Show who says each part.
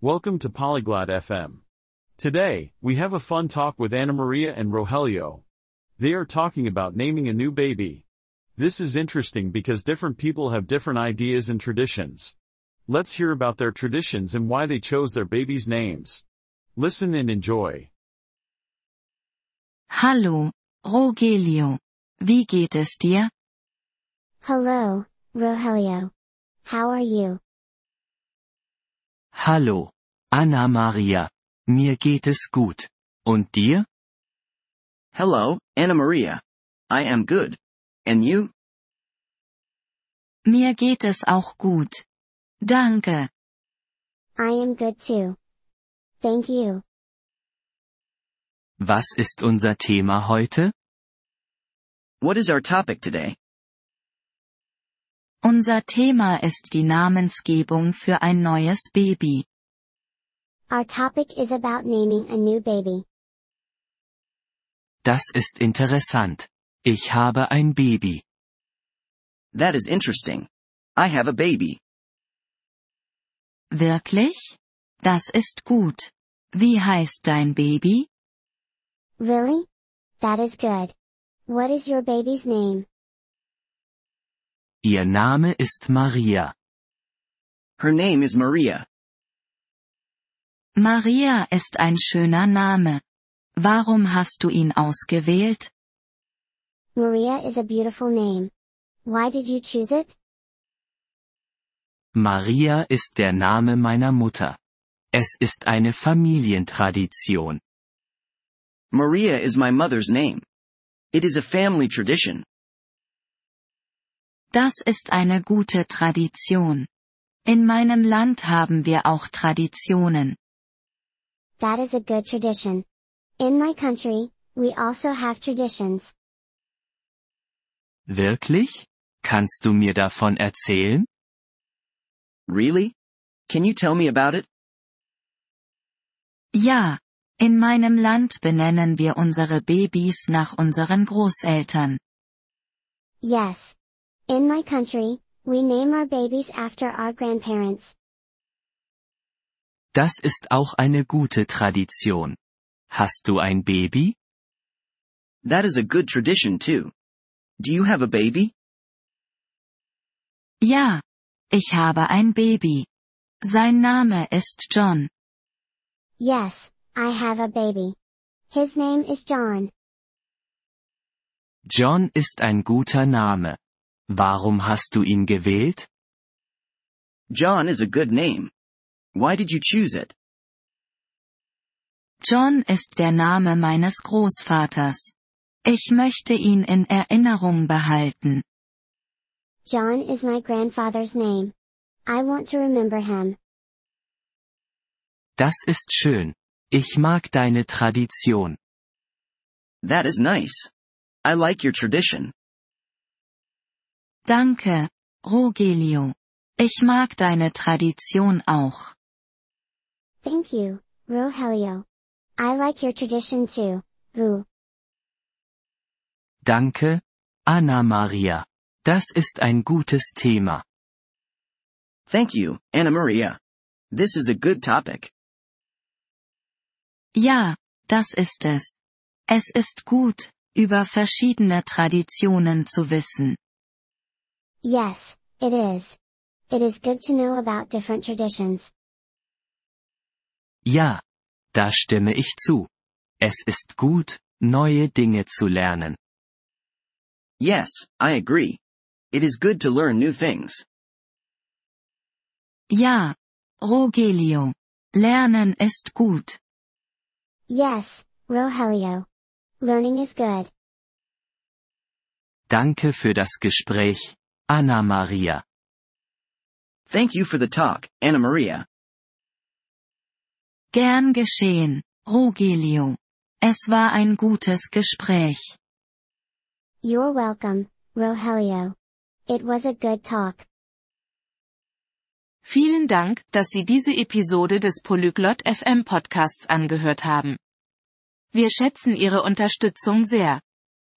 Speaker 1: Welcome to Polyglot FM. Today, we have a fun talk with Anna Maria and Rogelio. They are talking about naming a new baby. This is interesting because different people have different ideas and traditions. Let's hear about their traditions and why they chose their babies' names. Listen and enjoy.
Speaker 2: Hallo, Rogelio. Wie geht es dir?
Speaker 3: Hello, Rogelio. How are you?
Speaker 4: Hallo, Anna Maria. Mir geht es gut. Und dir?
Speaker 5: Hello, Anna Maria. I am good. And you?
Speaker 2: Mir geht es auch gut. Danke.
Speaker 3: I am good too. Thank you.
Speaker 4: Was ist unser Thema heute?
Speaker 5: What is our topic today?
Speaker 2: Unser Thema ist die Namensgebung für ein neues Baby.
Speaker 3: Our topic is about naming a new baby.
Speaker 4: Das ist interessant. Ich habe ein Baby.
Speaker 5: That is interesting. I have a baby.
Speaker 2: Wirklich? Das ist gut. Wie heißt dein Baby?
Speaker 3: Really? That is good. What is your baby's name?
Speaker 4: Ihr Name ist Maria.
Speaker 5: Her name is Maria.
Speaker 2: Maria ist ein schöner Name. Warum hast du ihn ausgewählt?
Speaker 3: Maria is a beautiful name. Why did you choose it?
Speaker 4: Maria ist der Name meiner Mutter. Es ist eine Familientradition.
Speaker 5: Maria is my mother's name. It is a family tradition.
Speaker 2: Das ist eine gute Tradition. In meinem Land haben wir auch Traditionen.
Speaker 3: That is a good tradition. In my country, we also have traditions.
Speaker 4: Wirklich? Kannst du mir davon erzählen?
Speaker 5: Really? Can you tell me about it?
Speaker 2: Ja, in meinem Land benennen wir unsere Babys nach unseren Großeltern.
Speaker 3: Yes. In my country, we name our babies after our grandparents.
Speaker 4: Das ist auch eine gute Tradition. Hast du ein Baby?
Speaker 5: That is a good tradition too. Do you have a baby?
Speaker 2: Ja, ich habe ein Baby. Sein Name ist John.
Speaker 3: Yes, I have a baby. His name is John.
Speaker 4: John ist ein guter Name. Warum hast du ihn gewählt?
Speaker 5: John is a good name. Why did you choose it?
Speaker 2: John ist der Name meines Großvaters. Ich möchte ihn in Erinnerung behalten.
Speaker 3: John is my grandfather's name. I want to remember him.
Speaker 4: Das ist schön. Ich mag deine Tradition.
Speaker 5: That is nice. I like your tradition.
Speaker 2: Danke, Rogelio. Ich mag deine Tradition auch.
Speaker 3: Thank you, Rogelio. I like your tradition too. Ooh,
Speaker 4: Danke, Anna Maria. Das ist ein gutes Thema.
Speaker 5: Thank you, Anna Maria. This is a good topic.
Speaker 2: Ja, das ist es. Es ist gut, über verschiedene Traditionen zu wissen.
Speaker 3: Yes, it is. It is good to know about different traditions.
Speaker 4: Ja, da stimme ich zu. Es ist gut, neue Dinge zu lernen.
Speaker 5: Yes, I agree. It is good to learn new things.
Speaker 2: Ja, Rogelio. Lernen ist gut.
Speaker 3: Yes, Rogelio. Learning is good.
Speaker 4: Danke für das Gespräch, Anna Maria.
Speaker 5: Thank you for the talk, Anna Maria.
Speaker 2: Gern geschehen, Rogelio. Es war ein gutes Gespräch.
Speaker 3: You're welcome, Rogelio. It was a good talk.
Speaker 6: Vielen Dank, dass Sie diese Episode des Polyglot FM Podcasts angehört haben. Wir schätzen Ihre Unterstützung sehr.